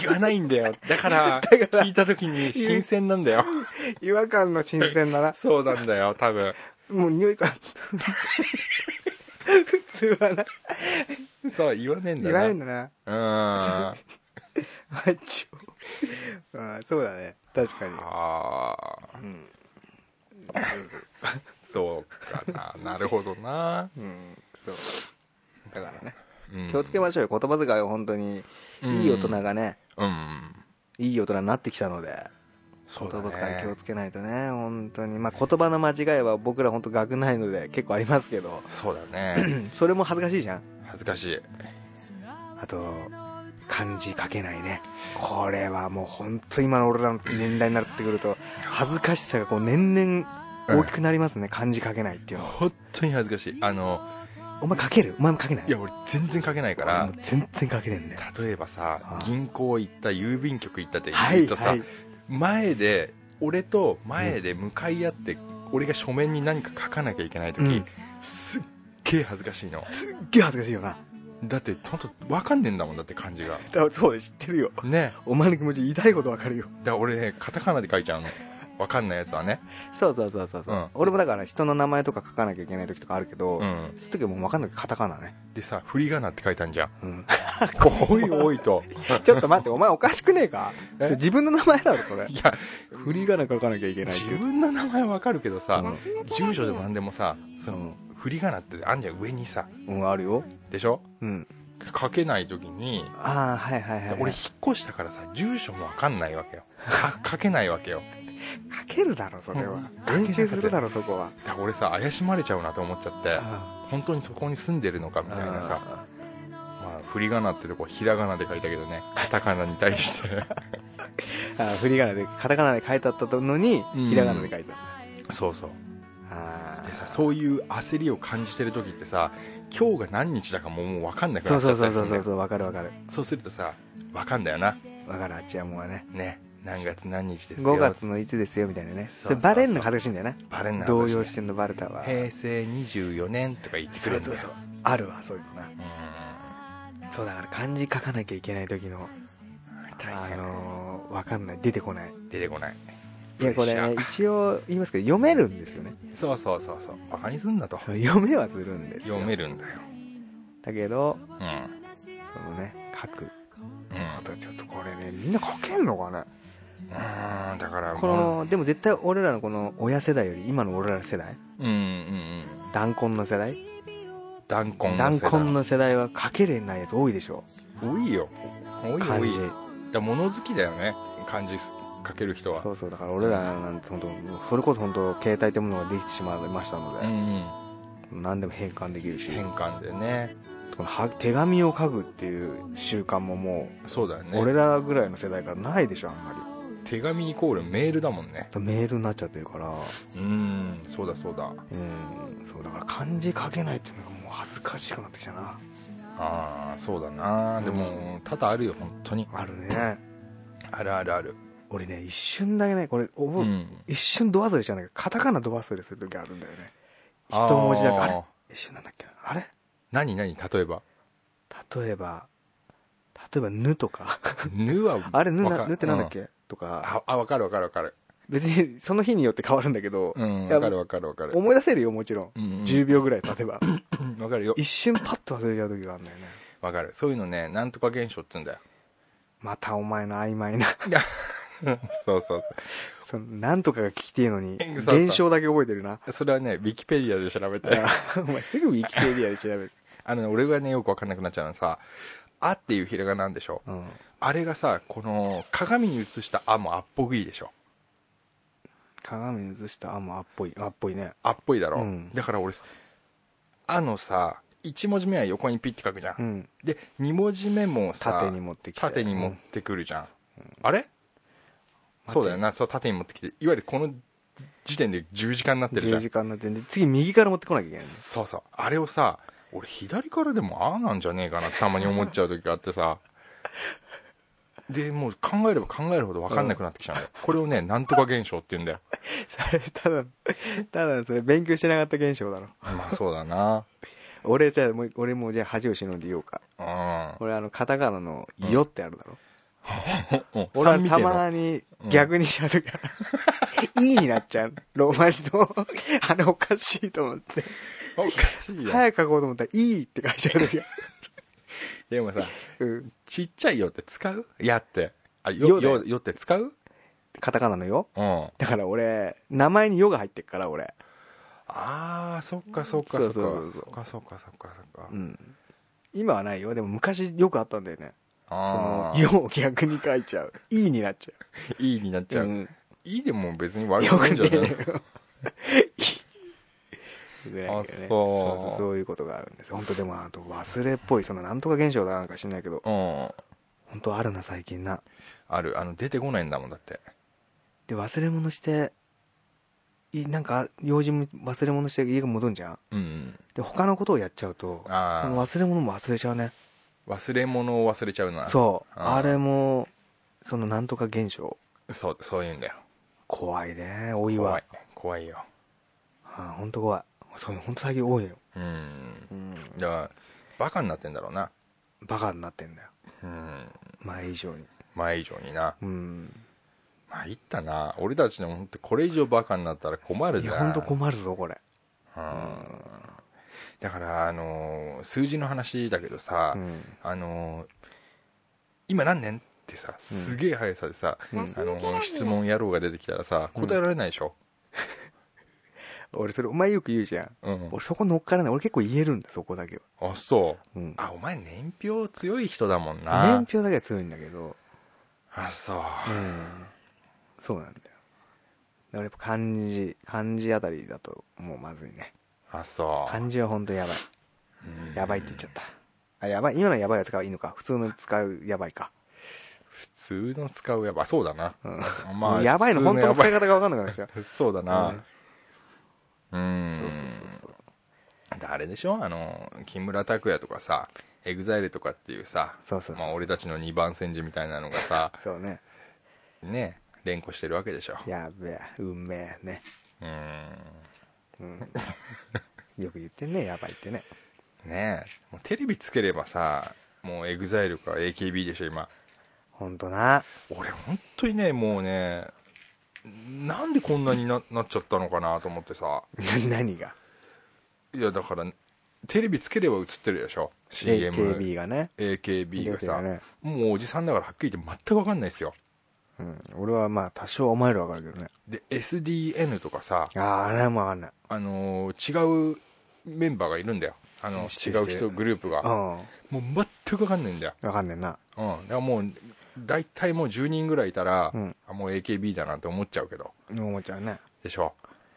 C: 言わないんだよだから聞いた時に新鮮なんだよ
D: 違和感の新鮮だな
C: そうなんだよ多分
D: もう匂いか 普通はな
C: そう言わねえんだ
D: 言
C: よ
D: われるんだ な
C: うん
D: あ超あそうだね確かに
C: ああ、
D: ん
C: そうかな、なるほどな。
D: うんそうだからね
C: うん
D: 気をつけましょうよ言葉遣いを本当にいい大人がね、
C: うん、
D: いい大人になってきたので
C: そう
D: 言
C: だ
D: 葉
C: ね
D: 遣い気をつけないとね本当にまあ言葉の間違いは僕ら本当学ないので結構ありますけど
C: そうだ ね。
D: それも恥ずかしいじゃん
C: 恥ずかしい。
D: あと漢字書けないねこれはもう本当今の俺らの年代になってくると恥ずかしさがこう年々大きくなりますね、漢字書けないっていうのは
C: 本当に恥ずかしい。あの、
D: お前書けるお前も書けない
C: いや、俺全然書けないか
D: 俺
C: ら
D: も、全然書けねえんだよ
C: 例えばさ
D: あ、
C: 銀行行った、郵便局行ったって
D: は
C: 言
D: いう
C: と
D: は
C: さ
D: い、
C: 前で俺と前で向かい合って、俺が書面に何か書かなきゃいけない時、
D: うん
C: すっげえ恥ずかしいの
D: すっげえ恥ずかしいよな
C: だってほんと分かんねえんだもんだって漢字が
D: だからそうで知ってるよ
C: ね
D: お前の気持ち痛いことわかるよ
C: だから俺ねカタカナで書いちゃうの分かんないやつはね
D: そうそうそうそうそう、
C: うん
D: 俺もだから人の名前とか書かなきゃいけない時とかあるけど、
C: うん
D: そういう時はもう分かんないカタカナね、
C: でさ振り仮名って書いたんじゃん
D: うん、
C: おいおい と
D: ちょっと待ってお前おかしくねえか
C: え
D: それ自分の名前だろこれ
C: いや
D: 振り仮名書かなきゃいけないって
C: 自
D: いう
C: 分の名前分かるけどさ、
D: うん
C: 住所でも何でもさその、
D: うん
C: 振り仮名ってあんじゃん上にさ
D: うんあるよ
C: でしょ
D: うん
C: 書けない時に
D: ああはいはいはい、はい、
C: 俺
D: 書
C: 引っ越したからさ住所も分かんないわけよか 書けないわけよ
D: けるだろそれ
C: うん
D: は
C: 書けなかった
D: 練習するだろそこは
C: だから俺さ怪しまれちゃうなと思っちゃって
D: あ
C: 本当にそこに住んでるのかみたいなさ
D: あ
C: まあ振り仮名ってとこひらがなで書いたけど ねカタカナに対して
D: あ振り仮名でカタカナで書いてあったのに
C: うん
D: ひらがなで書いてあっ
C: そうそう
D: たあ
C: でさ
D: あ
C: そういう焦りを感じてる時ってさ今日が何日だかももう分かんなく
D: そ
C: な
D: う
C: っち
D: そ
C: ゃ
D: う
C: った
D: そ
C: り
D: う
C: するだよ
D: そうんそうそうわかるわかる
C: そうするとさ分かんだよな
D: わかるあっちはもうね
C: ね何月何日ですよ
D: 5月のいつですよみたいなね
C: そうそう
D: それバレんの恥ずかしいんだよな
C: バレんな
D: 動揺してんのバレたわ
C: 平成24年とか言ってく
D: そ
C: れ
D: う
C: るんだ
D: そう
C: よ
D: そうあるわそういうのな
C: うん
D: そうだから漢字書かなきゃいけない時のあ
C: 大変
D: のーわかんない出てこない
C: 出てこない
D: いやこ
C: プ
D: れ
C: レッシャー
D: 一応言いますけど読めるんですよね
C: そうそうそうそうバカにすんなと
D: 読めはするんですよ
C: 読めるんだよ
D: だけど
C: うんう
D: そのね書くこ
C: ん
D: とちょっとこれねみんな書けんのかね
C: うーんだから
D: こ
C: も
D: のでも絶対俺らのこの親世代より今の俺らの世代
C: ううんうんうん
D: 弾痕の世代
C: 弾痕の
D: 弾
C: 世代
D: 痕の世代は書けれないやつ多いでしょ
C: 多いよ多い
D: 漢
C: 多い
D: 字
C: だ物好きだよね漢字書ける人は
D: そうそうだから俺らなんて本当それこそ本当携帯ってものができてしまいました
C: う
D: の
C: んう
D: で、
C: ん
D: 何でも変換できるし
C: 変換でね
D: このは手紙を書くっていう習慣もも
C: そうだよ
D: う、
C: ね
D: 俺らぐらいの世代からないでしょあんま
C: 手紙イコールメールだもんね
D: りメールになっちゃってるから
C: うんそうだそうだ
D: うんそうだから漢字書けないっていうのがもう恥ずかしくなってきたな
C: ああそうだなでも多々あるよ本当に
D: あるね
C: あるあるある
D: 俺ね一瞬だけねこれ覚え、
C: うん
D: 一瞬ド忘れしちゃうんだけどカタカナド忘れする時あるんだよね一
C: あー
D: 文字だけあれ一瞬なんだっけなあれ
C: 何何例えば
D: 例えば例えば「ぬ」とか
C: 「ぬ」は
D: 「あれぬ
C: わ
D: な
C: か
D: ぬってなんだっ
C: う
D: け?」とか
C: ああ分かる分かる分かる
D: 別にその日によって変わるんだけど、
C: うん
D: い
C: 分
D: や
C: かる分かる分かる
D: 思い出せるよもちろん、
C: うんうん
D: 10秒ぐらい経てば
C: 分かるよ
D: 一瞬パッと忘れちゃう時があるんだよね
C: 分かるそういうのねなんとか現象っつうんだよ
D: またお前の曖昧な
C: そうそう
D: そのなんとかが聞きてえのに
C: そうそう
D: 現象だけ覚えてるな
C: そうそれはねウィキペディアで調べて
D: お前すぐウィキペディアで調べる、
C: あのね俺がねよく分かんなくなっちゃうのはさ「あ」っていうひらがなんでしょ
D: うん、
C: あれがさこの鏡に映した「あ」も「あっぽいでしょ
D: 鏡に映したあもうあっぽいあっぽいね
C: 「あっぽいだろ、
D: うん
C: だから俺さ「あ」のさ1文字目は横にピッて書くじゃん、
D: うん
C: で2文字目もさ
D: 縦に持ってきて
C: 縦に持ってくるじゃん、あれそうだよなそう縦に持ってきていわゆるこの時点で十字架になってるじゃ
D: 10
C: ん
D: 時間になってんで次右から持ってこなきゃいけないの
C: そうそうあれをさ俺左からでもああなんじゃねえかなってたまに思っちゃう時があって さでもう考えれば考えるほど分かんなくなってきちゃうんだよ、これをねなんとか現象って言うんだよ
D: それただただそれ勉強してなかった現象だろ
C: まあそうだな
D: 俺じゃあもう俺もじゃあ恥を忍んで言おうか
C: う
D: 俺あのカタカナの「よ」ってあるだろ、
C: んうん
D: 俺は
C: 三味
D: た
C: 線の
D: まに逆にしちゃうときあ るいいになっちゃうローマ字の あれおかしいと思って
C: おかしいやん
D: 早く書こうと思ったら「いい」って書いちゃうときあ
C: でもさ
D: るうん
C: ちっちゃいよって使うやってあ
D: よ
C: よ
D: だよ
C: よよって使う
D: カタカナの「よ
C: うんあ」
D: だから俺名前に「よ」が入ってるから俺
C: あーそっかそっかそっ
D: そう
C: かそ
D: そうそう
C: っかそっかそっかそっか
D: うん今はないよでも昔よくあったんだよねそ
C: あ
D: の「
C: あ
D: よ」を逆に書いちゃう「いい」になっちゃ
C: いいになっちゃ
D: う、う、
C: うんいいでも別に悪く
D: よ
C: な
D: く
C: いんじゃ
D: ねえ
C: ない
D: よ。ぐらいだけどね
C: あそう
D: そうそうそういうことがあるんです本当でもあと忘れっぽいそのなんとか現象だなんか知んないけ
C: う
D: ど
C: ん
D: 本当あるな最近な
C: あるあの出てこないんだもんだって
D: で忘れ物していなんか用事も忘れ物して家が戻んじゃん
C: うん
D: で他のことをやっちゃうとそ
C: あー
D: の忘れ物も忘れちゃうね
C: 忘れ物を忘れちゃうな
D: そう
C: あー
D: あれもそのなんとか現象
C: そうそういうんだよ
D: 怖いね老い
C: 怖
D: はい
C: 怖いよ
D: あ本当怖いそういうの本当最近多いよ、
C: うん
D: うん、
C: だからバカになってんだろうな
D: バカになってんだよ
C: うん
D: 前以上に
C: 前以上にな
D: うん
C: まあいったな俺たちでも本当これ以上バカになったら困る
D: い
C: な
D: や本当困るぞこれ
C: うんだからあのー数字の話だけどさ、
D: うん
C: あのー今何年ってさ
D: うん
C: すげえ速さでさ、
D: うん
C: あのー質問野郎が出てきたらさ
D: うん
C: 答えられないでしょ、
D: 俺それお前よく言うじゃん
C: うん
D: 俺そこ乗っからない俺結構言えるんだそこだけは
C: あそう
D: うん
C: あお前年表強い人だもんな
D: 年表だけは強いんだけど
C: あそう、
D: うんそうなんだよだからやっぱ漢字漢字あたりだともうまずいね
C: あそう
D: 漢字は本当やばい
C: うん
D: やばいって言っちゃったあやばい今のやばいは使ういいのか普通の使うやばいか
C: 普通の使うやばそうだな
D: うん
C: ま
D: も
C: あ
D: うやばいの
C: 普通
D: 本当の使い
C: や
D: 方が分かんなくなっちゃう
C: ばいそうだなうん
D: そうそうそう
C: あれでしょあの木村拓哉とかさエグザイルとかっていうさ
D: そうそうそう
C: まあ、俺たちの二番煎じみたいなのがさ
D: そうそうね
C: ね連呼してるわけでしょ
D: やべえ運命ね
C: うー
D: うん よく言ってんねやばいってね
C: んねえもうテレビつければさもうエグザイルか AKB でしょ今
D: 本当な
C: 俺本当にねもうねなんでこんなにななっちゃったのかなと思ってさ
D: な 何が
C: いやだからテレビつければ映ってるでしょ CM
D: AKB がね
C: AKB が
D: 出てる
C: さ、
D: よね
C: もうおじさんだからはっきり言って全く分かんないですよ
D: うん、俺はまあ多少お前らわかるけどね
C: で SDN とかさ
D: あああれもわかんない
C: あのー違うメンバーがいるんだよあの
D: 知
C: 違
D: ってる
C: う人グループ
D: うん
C: がもう全く分かんないんだよ、
D: わかんねえな
C: うん、だからもう大体もう10人ぐらいいたら、
D: うん
C: あもう AKB だなって思っちゃうけど
D: 思っちゃうね
C: でしょ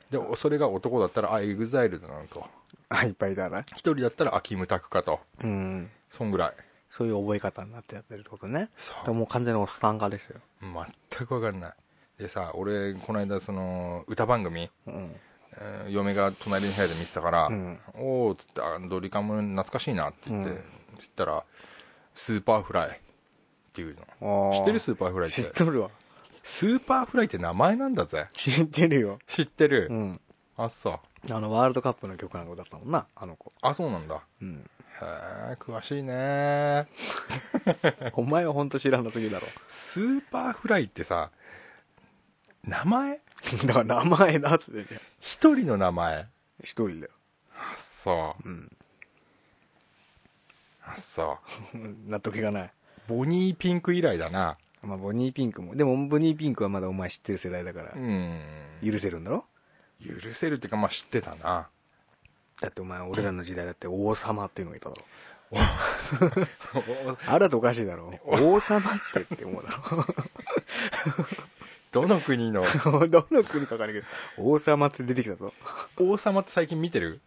C: でそれが男だったらあ EXILE だなと
D: あいっぱいいたら
C: 一人だったらあキムタクかと
D: うん
C: そんぐらい
D: そういう覚え方になってやってるってことね
C: そ
D: だ
C: う
D: からもう完全に俺参加ですよ
C: 全く分かんないでさ俺この間その歌番組、
D: うん
C: えー嫁が隣の部屋で見てたから「
D: うん
C: おお」っつってあ「ドリカム懐かしいな」って言って、
D: うん
C: そしたら「スーパーフライ」っていうの
D: あー
C: 知ってるスーパーフライっ
D: 知
C: て
D: っとるわ
C: スーパーフライって名前なんだぜ
D: 知ってるよ
C: 知ってる、
D: うん
C: あそう
D: あのワールドカップの曲なんかだったもんなあの子
C: あそうなんだ
D: うん
C: へえ詳しいね
D: お前は本当知らなすぎだろ
C: スーパーフライってさ名前
D: だから名前だっつってんじゃん
C: 一人の名前
D: 一人だよ
C: あそう
D: うん
C: あそう
D: 納得いかない
C: ボニーピンク以来だな
D: まあボニーピンクもでもボニーピンクはまだお前知ってる世代だから
C: うん
D: 許せるんだろ
C: 許せるっていうかまあ知ってたな
D: だってお前俺らの時代だって王様っていうのがいただろ
C: お
D: あれだとおかしいだろ王様ってって思うだろ
C: どの国の
D: どの国かわかんないけど王様って出てきたぞ
C: 王様って最近見てる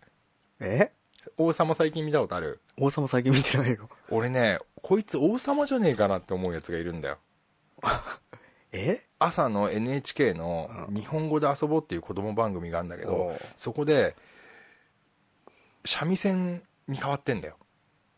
D: え
C: 王様最近見たことある
D: 王様最近見てないよ
C: 俺ねこいつ王様じゃねえかなって思うやつがいるんだよ
D: え
C: 朝の NHK の「
D: うん
C: 日本語で遊ぼう」っていう子供番組があるんだけど、
D: おう
C: そこで三味線に変わってんだよ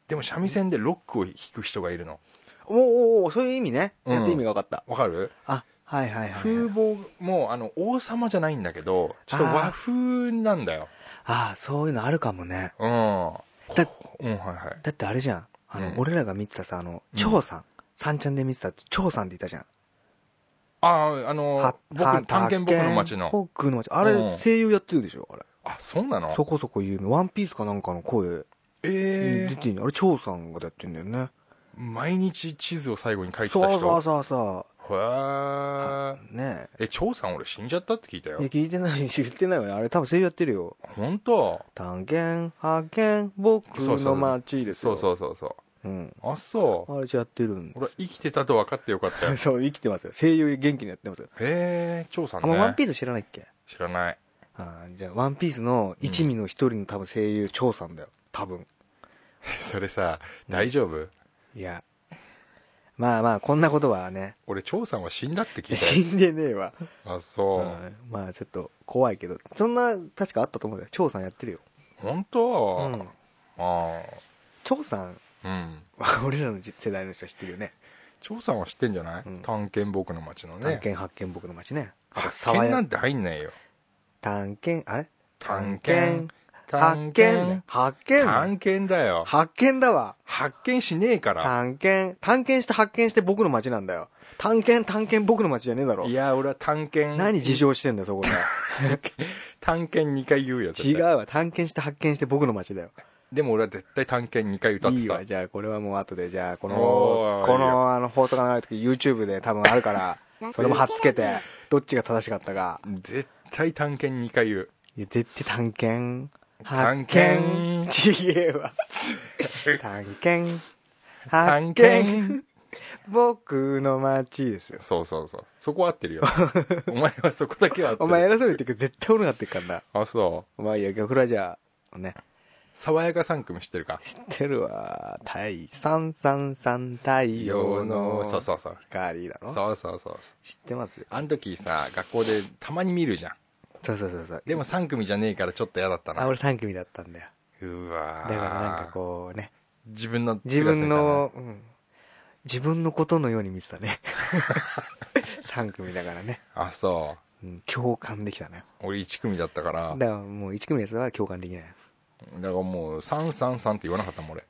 C: でも三味線でロックを弾く人がいるの
D: おうおうおうそういう意味ね
C: うん
D: やっと意味が分かった、
C: わかる
D: あはいはいはい、
C: 風貌もあの王様じゃないんだけどちょっと和風なんだよ
D: ああそういうのあるかもね
C: うん
D: だ
C: うんはいはい
D: だってあれじゃんあの、
C: うん
D: 俺らが見てたさあの
C: うん
D: 張さん、三ちゃんで見てた張さんっていたじゃん
C: あああの
D: は
C: 僕探検僕の街
D: 探
C: の
D: 検僕の街あれ、
C: うん
D: 声優やってるでしょあれ
C: あそうなの
D: そこそこ有名ワンピースかなんかの声
C: え
D: 出
C: え
D: てんのあれ張さんがやってんだよね
C: 毎日地図を最後に書いてた
D: そう
C: 人
D: そうそうそ
C: へ
D: うね
C: ええ張さん俺死んじゃったって聞いた
D: えいや
C: よ
D: 聞いてない し言ってないわねあれ多分声優やってるよ
C: 本当
D: 探検発見僕の街です
C: そ
D: よ
C: うそうそうそう
D: う、うん、
C: あそう
D: あれやってるん
C: 俺生きてたと分かってよかったよへ
D: そう生きてますよ声優元気にやってますよ
C: え張さん
D: あん
C: ね
D: まワンピース知らないっけ
C: 知らない
D: あーじゃあワンピースの一味の一人の多分声優張さんだよ多分
C: それさ大丈夫
D: いやまあまあこんなことはね
C: 俺張さんは死んだって聞いた
D: 死
C: よ
D: んでねえわ
C: あそう、
D: うんまあちょっと怖いけどそんな確かあったと思うんだよ張さんやってるよ
C: 本
D: う
C: 当、
D: ん
C: ああ
D: 張さん
C: うん
D: は俺らの世代の人は知ってるよね
C: 張さんは知ってんじゃない、
D: うん
C: 探検僕の街の
D: 探
C: ね
D: 検発見僕の街ねあと
C: 発見なんて入んないよ
D: 探検あれ
C: 探検
D: 探検発見
C: 探検だよ
D: 発見だわ
C: 発見しねえから
D: 探検探検して発見して僕の街なんだよ探検探検僕の街じゃねえだろ
C: いや俺は探検
D: 何自称してんだよそこ で
C: 探検2回言うよ絶
D: 違う
C: 対
D: わ探検して発見して僕の街だよ
C: でも俺は絶対探検2回歌ってた
D: いいわじゃあこれはもう後でじゃあこの
C: おー
D: こ
C: いい
D: のあの放送が流れる時 YouTube で多分ある からそれも貼っつけてどっちが正しかったか
C: 絶対探検2回言う
D: いや絶対探検
C: 探検
D: 発見ちげえ わ探検
C: 探
D: 発見
C: 検
D: 僕の街ですよ
C: そうそうそうそこは合ってる よお前はそこだけは合ってる
D: お前偉そうに言ってるけど絶対俺なってっからな
C: あそう
D: まあいいや逆らじゃあね
C: 爽やか3組知ってるか
D: 知ってるわ太三三三太陽の
C: そうそうそう
D: 光だろ
C: そうそうそう
D: 知ってますよ
C: あの時さ学校でたまに見るじゃん
D: そうそうそうそう
C: でも3組じゃねえからちょっと嫌だった
D: あ
C: な
D: 俺3組だったんだよ
C: うわー
D: だからなんかこうね
C: 自分の
D: 自分の、うん自分のことのように見てた ね3組だからね、
C: あそ
D: うん共感できたね
C: う俺1組だったから
D: だか
C: だから
D: もう1組のやつは共感できない
C: らもう333って言わなかったもん俺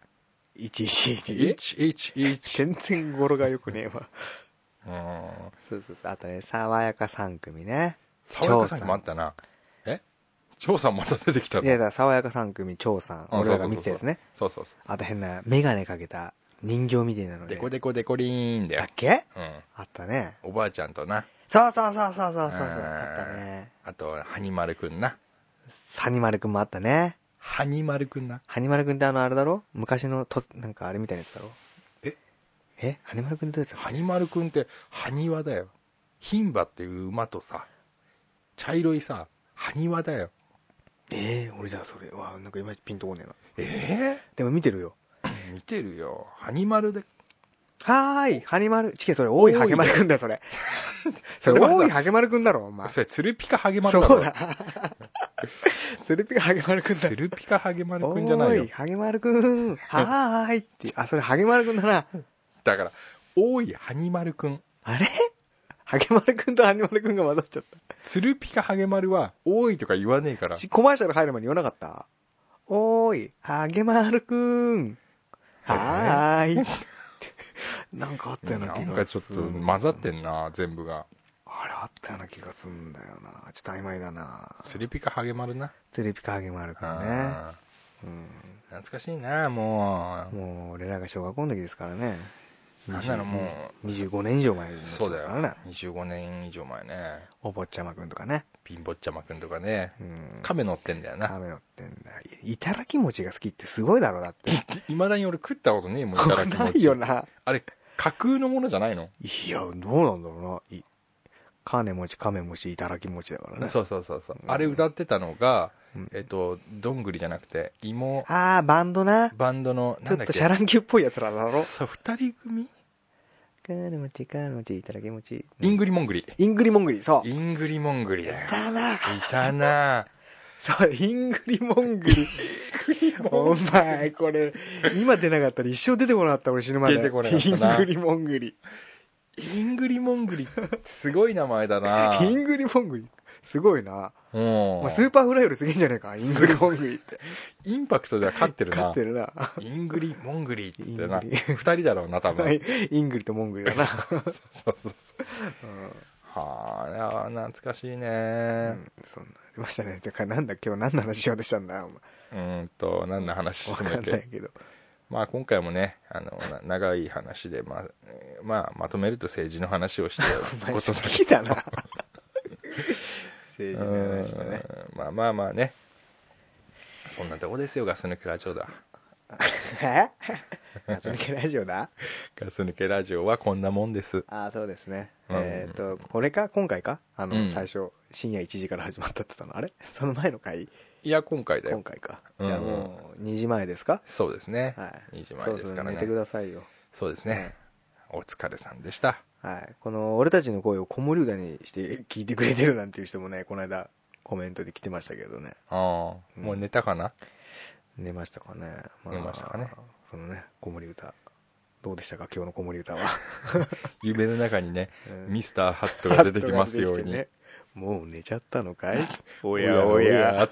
D: 111
C: 111
D: 全然語呂がよくねえ わ
C: うん
D: そうそうそうあとね爽やか3組ね
C: 爽やか3組あったなえ張さんまた出てきたの
D: いやだから爽やか3組張さん
C: あ
D: 俺らが見てたやつね
C: そうそうそ
D: あと変な眼鏡かけた人形みたいなの
C: う
D: で
C: デコデコデコリーンだ
D: だ
C: よ
D: っ、け
C: うん、
D: あったね
C: おばあちゃんとな
D: そうそうそうそうそうそうそう
C: うん
D: あったね
C: あとハニマルくんな
D: サニマルくんもあったね
C: ハニマルくんな
D: ハニマルくんってあのあれだろ昔のとなんかあれみたいなやつだろ
C: え
D: えハニマルくんってどうです
C: ハニマルくんってハニワだよ牝馬っていう馬とさ茶色いさハニワだよ
D: えー、俺じゃあそれわなんかいまいちピンとこねえな
C: え
D: でも見てるよ
C: え見てるよハニマルで
D: はーいハニマルチケそれ多いハゲマルくんだよそれ そ
C: そ
D: れ
C: れは
D: 多
C: さ
D: いハゲマルくんだろお前
C: それツルピカハゲマルだろ
D: そうだ ツルピカハゲマルくんだ
C: ツルピカハゲマルくんじゃない
D: お
C: よ
D: ーハゲマルくん。はーいって。あ、それハゲマルくんだな。
C: だから多いハニマルくん
D: あれハゲマルくんとハニマルくんが混ざっちゃっ
C: ツルピカハゲマルは多いとか言わねえから
D: た。ちコマーシャル入る前に言わなかったおーい、ハゲマルくん。はーい。 なんかあったような
C: な
D: 気
C: ん
D: が
C: か
D: す
C: ちょっ
D: る。
C: と混ざってんな全部が
D: あれあったような気がすんだよな。ちょっと曖昧だな。
C: ツルピカハゲマルな
D: ツルピカハゲマルくんね。
C: あ
D: うん
C: ー懐かしいなもう
D: もう俺らが小学校の時ですからね。
C: なんならもう
D: う。25年以上前の人
C: そうだよ
D: からね。
C: 25年以上前ね
D: お坊ちゃまくんとかね。
C: ピンボッチャマくんとかね
D: うん。
C: 亀乗ってんだよな
D: カメ乗ってんだ。いいただき餅が好きってすごいだろ、だって。
C: いまだに俺食ったことねえもんいた だき
D: な
C: 餅
D: いよな。
C: あれ架空のものじゃないの、
D: いや、どうなんだろうな。いカネ餅、カメ餅、いただき餅だからね。
C: そうそうそうそう、
D: うん
C: あれ歌ってたのが
D: うん
C: えっとどんぐりじゃなくて芋
D: あー、バンドな。
C: バンドの
D: ち
C: な
D: ょ
C: ん
D: っ
C: だっ
D: と
C: け
D: シャランキューっぽいやつらだろ。
C: そう2人組
D: カネ餅、カネ餅、いただき餅。
C: イングリモングリ
D: イングリモングリ、そう。
C: イングリモングリだよ
D: だな。
C: いたな
D: そう、イングリモングリ。お前、これ、今出なかったら一生出てこなかった、俺死ぬまで。
C: 出てこなかったな
D: イングリモングリ。
C: イングリモングリすごい名前だな
D: イングリモングリ。すごいな。
C: うん
D: お前スーパーフライよりすげえんじゃねえか、イングリモングリって。
C: インパクトでは勝ってる
D: 勝
C: な
D: ってるな。
C: イングリモングリっつってな
D: イングリ
C: 2人だろうな多分
D: イングリとモングリだな。
C: そうそうそうはあ懐かしい
D: うん
C: ね、
D: そんな、出ましたね。てか、なんだ、今日何の話しようとしたんだ、お
C: うんと何の話
D: 前。
C: して
D: わか
C: も
D: ん
C: け
D: ないけど。
C: まあ今回もねあのな長い話で、まあえーまあ、まとめると政治の話 をして
D: お
C: る
D: 前、
C: こと
D: 好
C: だ
D: きだな。政治の話だね。
C: うんまあまあまあねそんなとこですよガス抜けラジオだ
D: え夏抜けラジオだ
C: ガス抜けラジオはこんなもんです
D: ああ、そうですね。
C: うん
D: えっと、これか、今回かあ
C: う
D: の、
C: ん
D: 最初、深夜1時から始まったって言ったの。あれその前の回
C: いや今回だ
D: 今
C: よ
D: 回か。じゃあ
C: うん
D: もう、2時前ですか
C: そうですね、
D: はい。
C: 2時前ですから
D: そろそろ寝てく
C: ね
D: ださいよ。
C: そうですねお疲れさんでした
D: はい、この俺たちの声を子守歌にして聞いてくれてるなんていう人もねこの間コメントで来てましたけどね
C: ああ
D: うん
C: もう寝たかな、
D: 寝ましたかね、
C: 寝ましたかね
D: そのね子守歌どうでしたか今日の子守歌は
C: 夢の中にね、
D: うん
C: ミスターハットが出てきますように。
D: ねもう寝ちゃったのか いおやおや。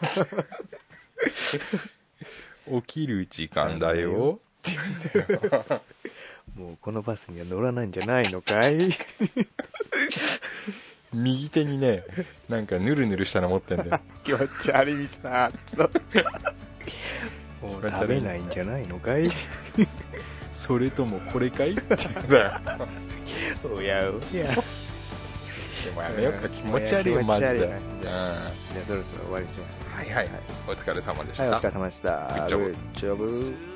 C: 起きる時間だよ。
D: もうこのバスには乗らないんじゃないのかい
C: 右手にね、なんかヌルヌルしたの持ってんだよ。
D: 気持ち悪いミスター もう食べないんじゃないのかい
C: それともこれかいって言うんだよ。
D: おやおや
C: でもやめようか、気持ち悪いよ、
D: 気持
C: マジ
D: ち
C: で。
D: 悪いな
C: うんは
D: じゃあそろそろ終わりにしましょう
C: いはいはい。お疲れ様でし
D: はいお
C: た
D: 疲。れ様でした
C: グッジョブ
D: グッジョブ
B: Soon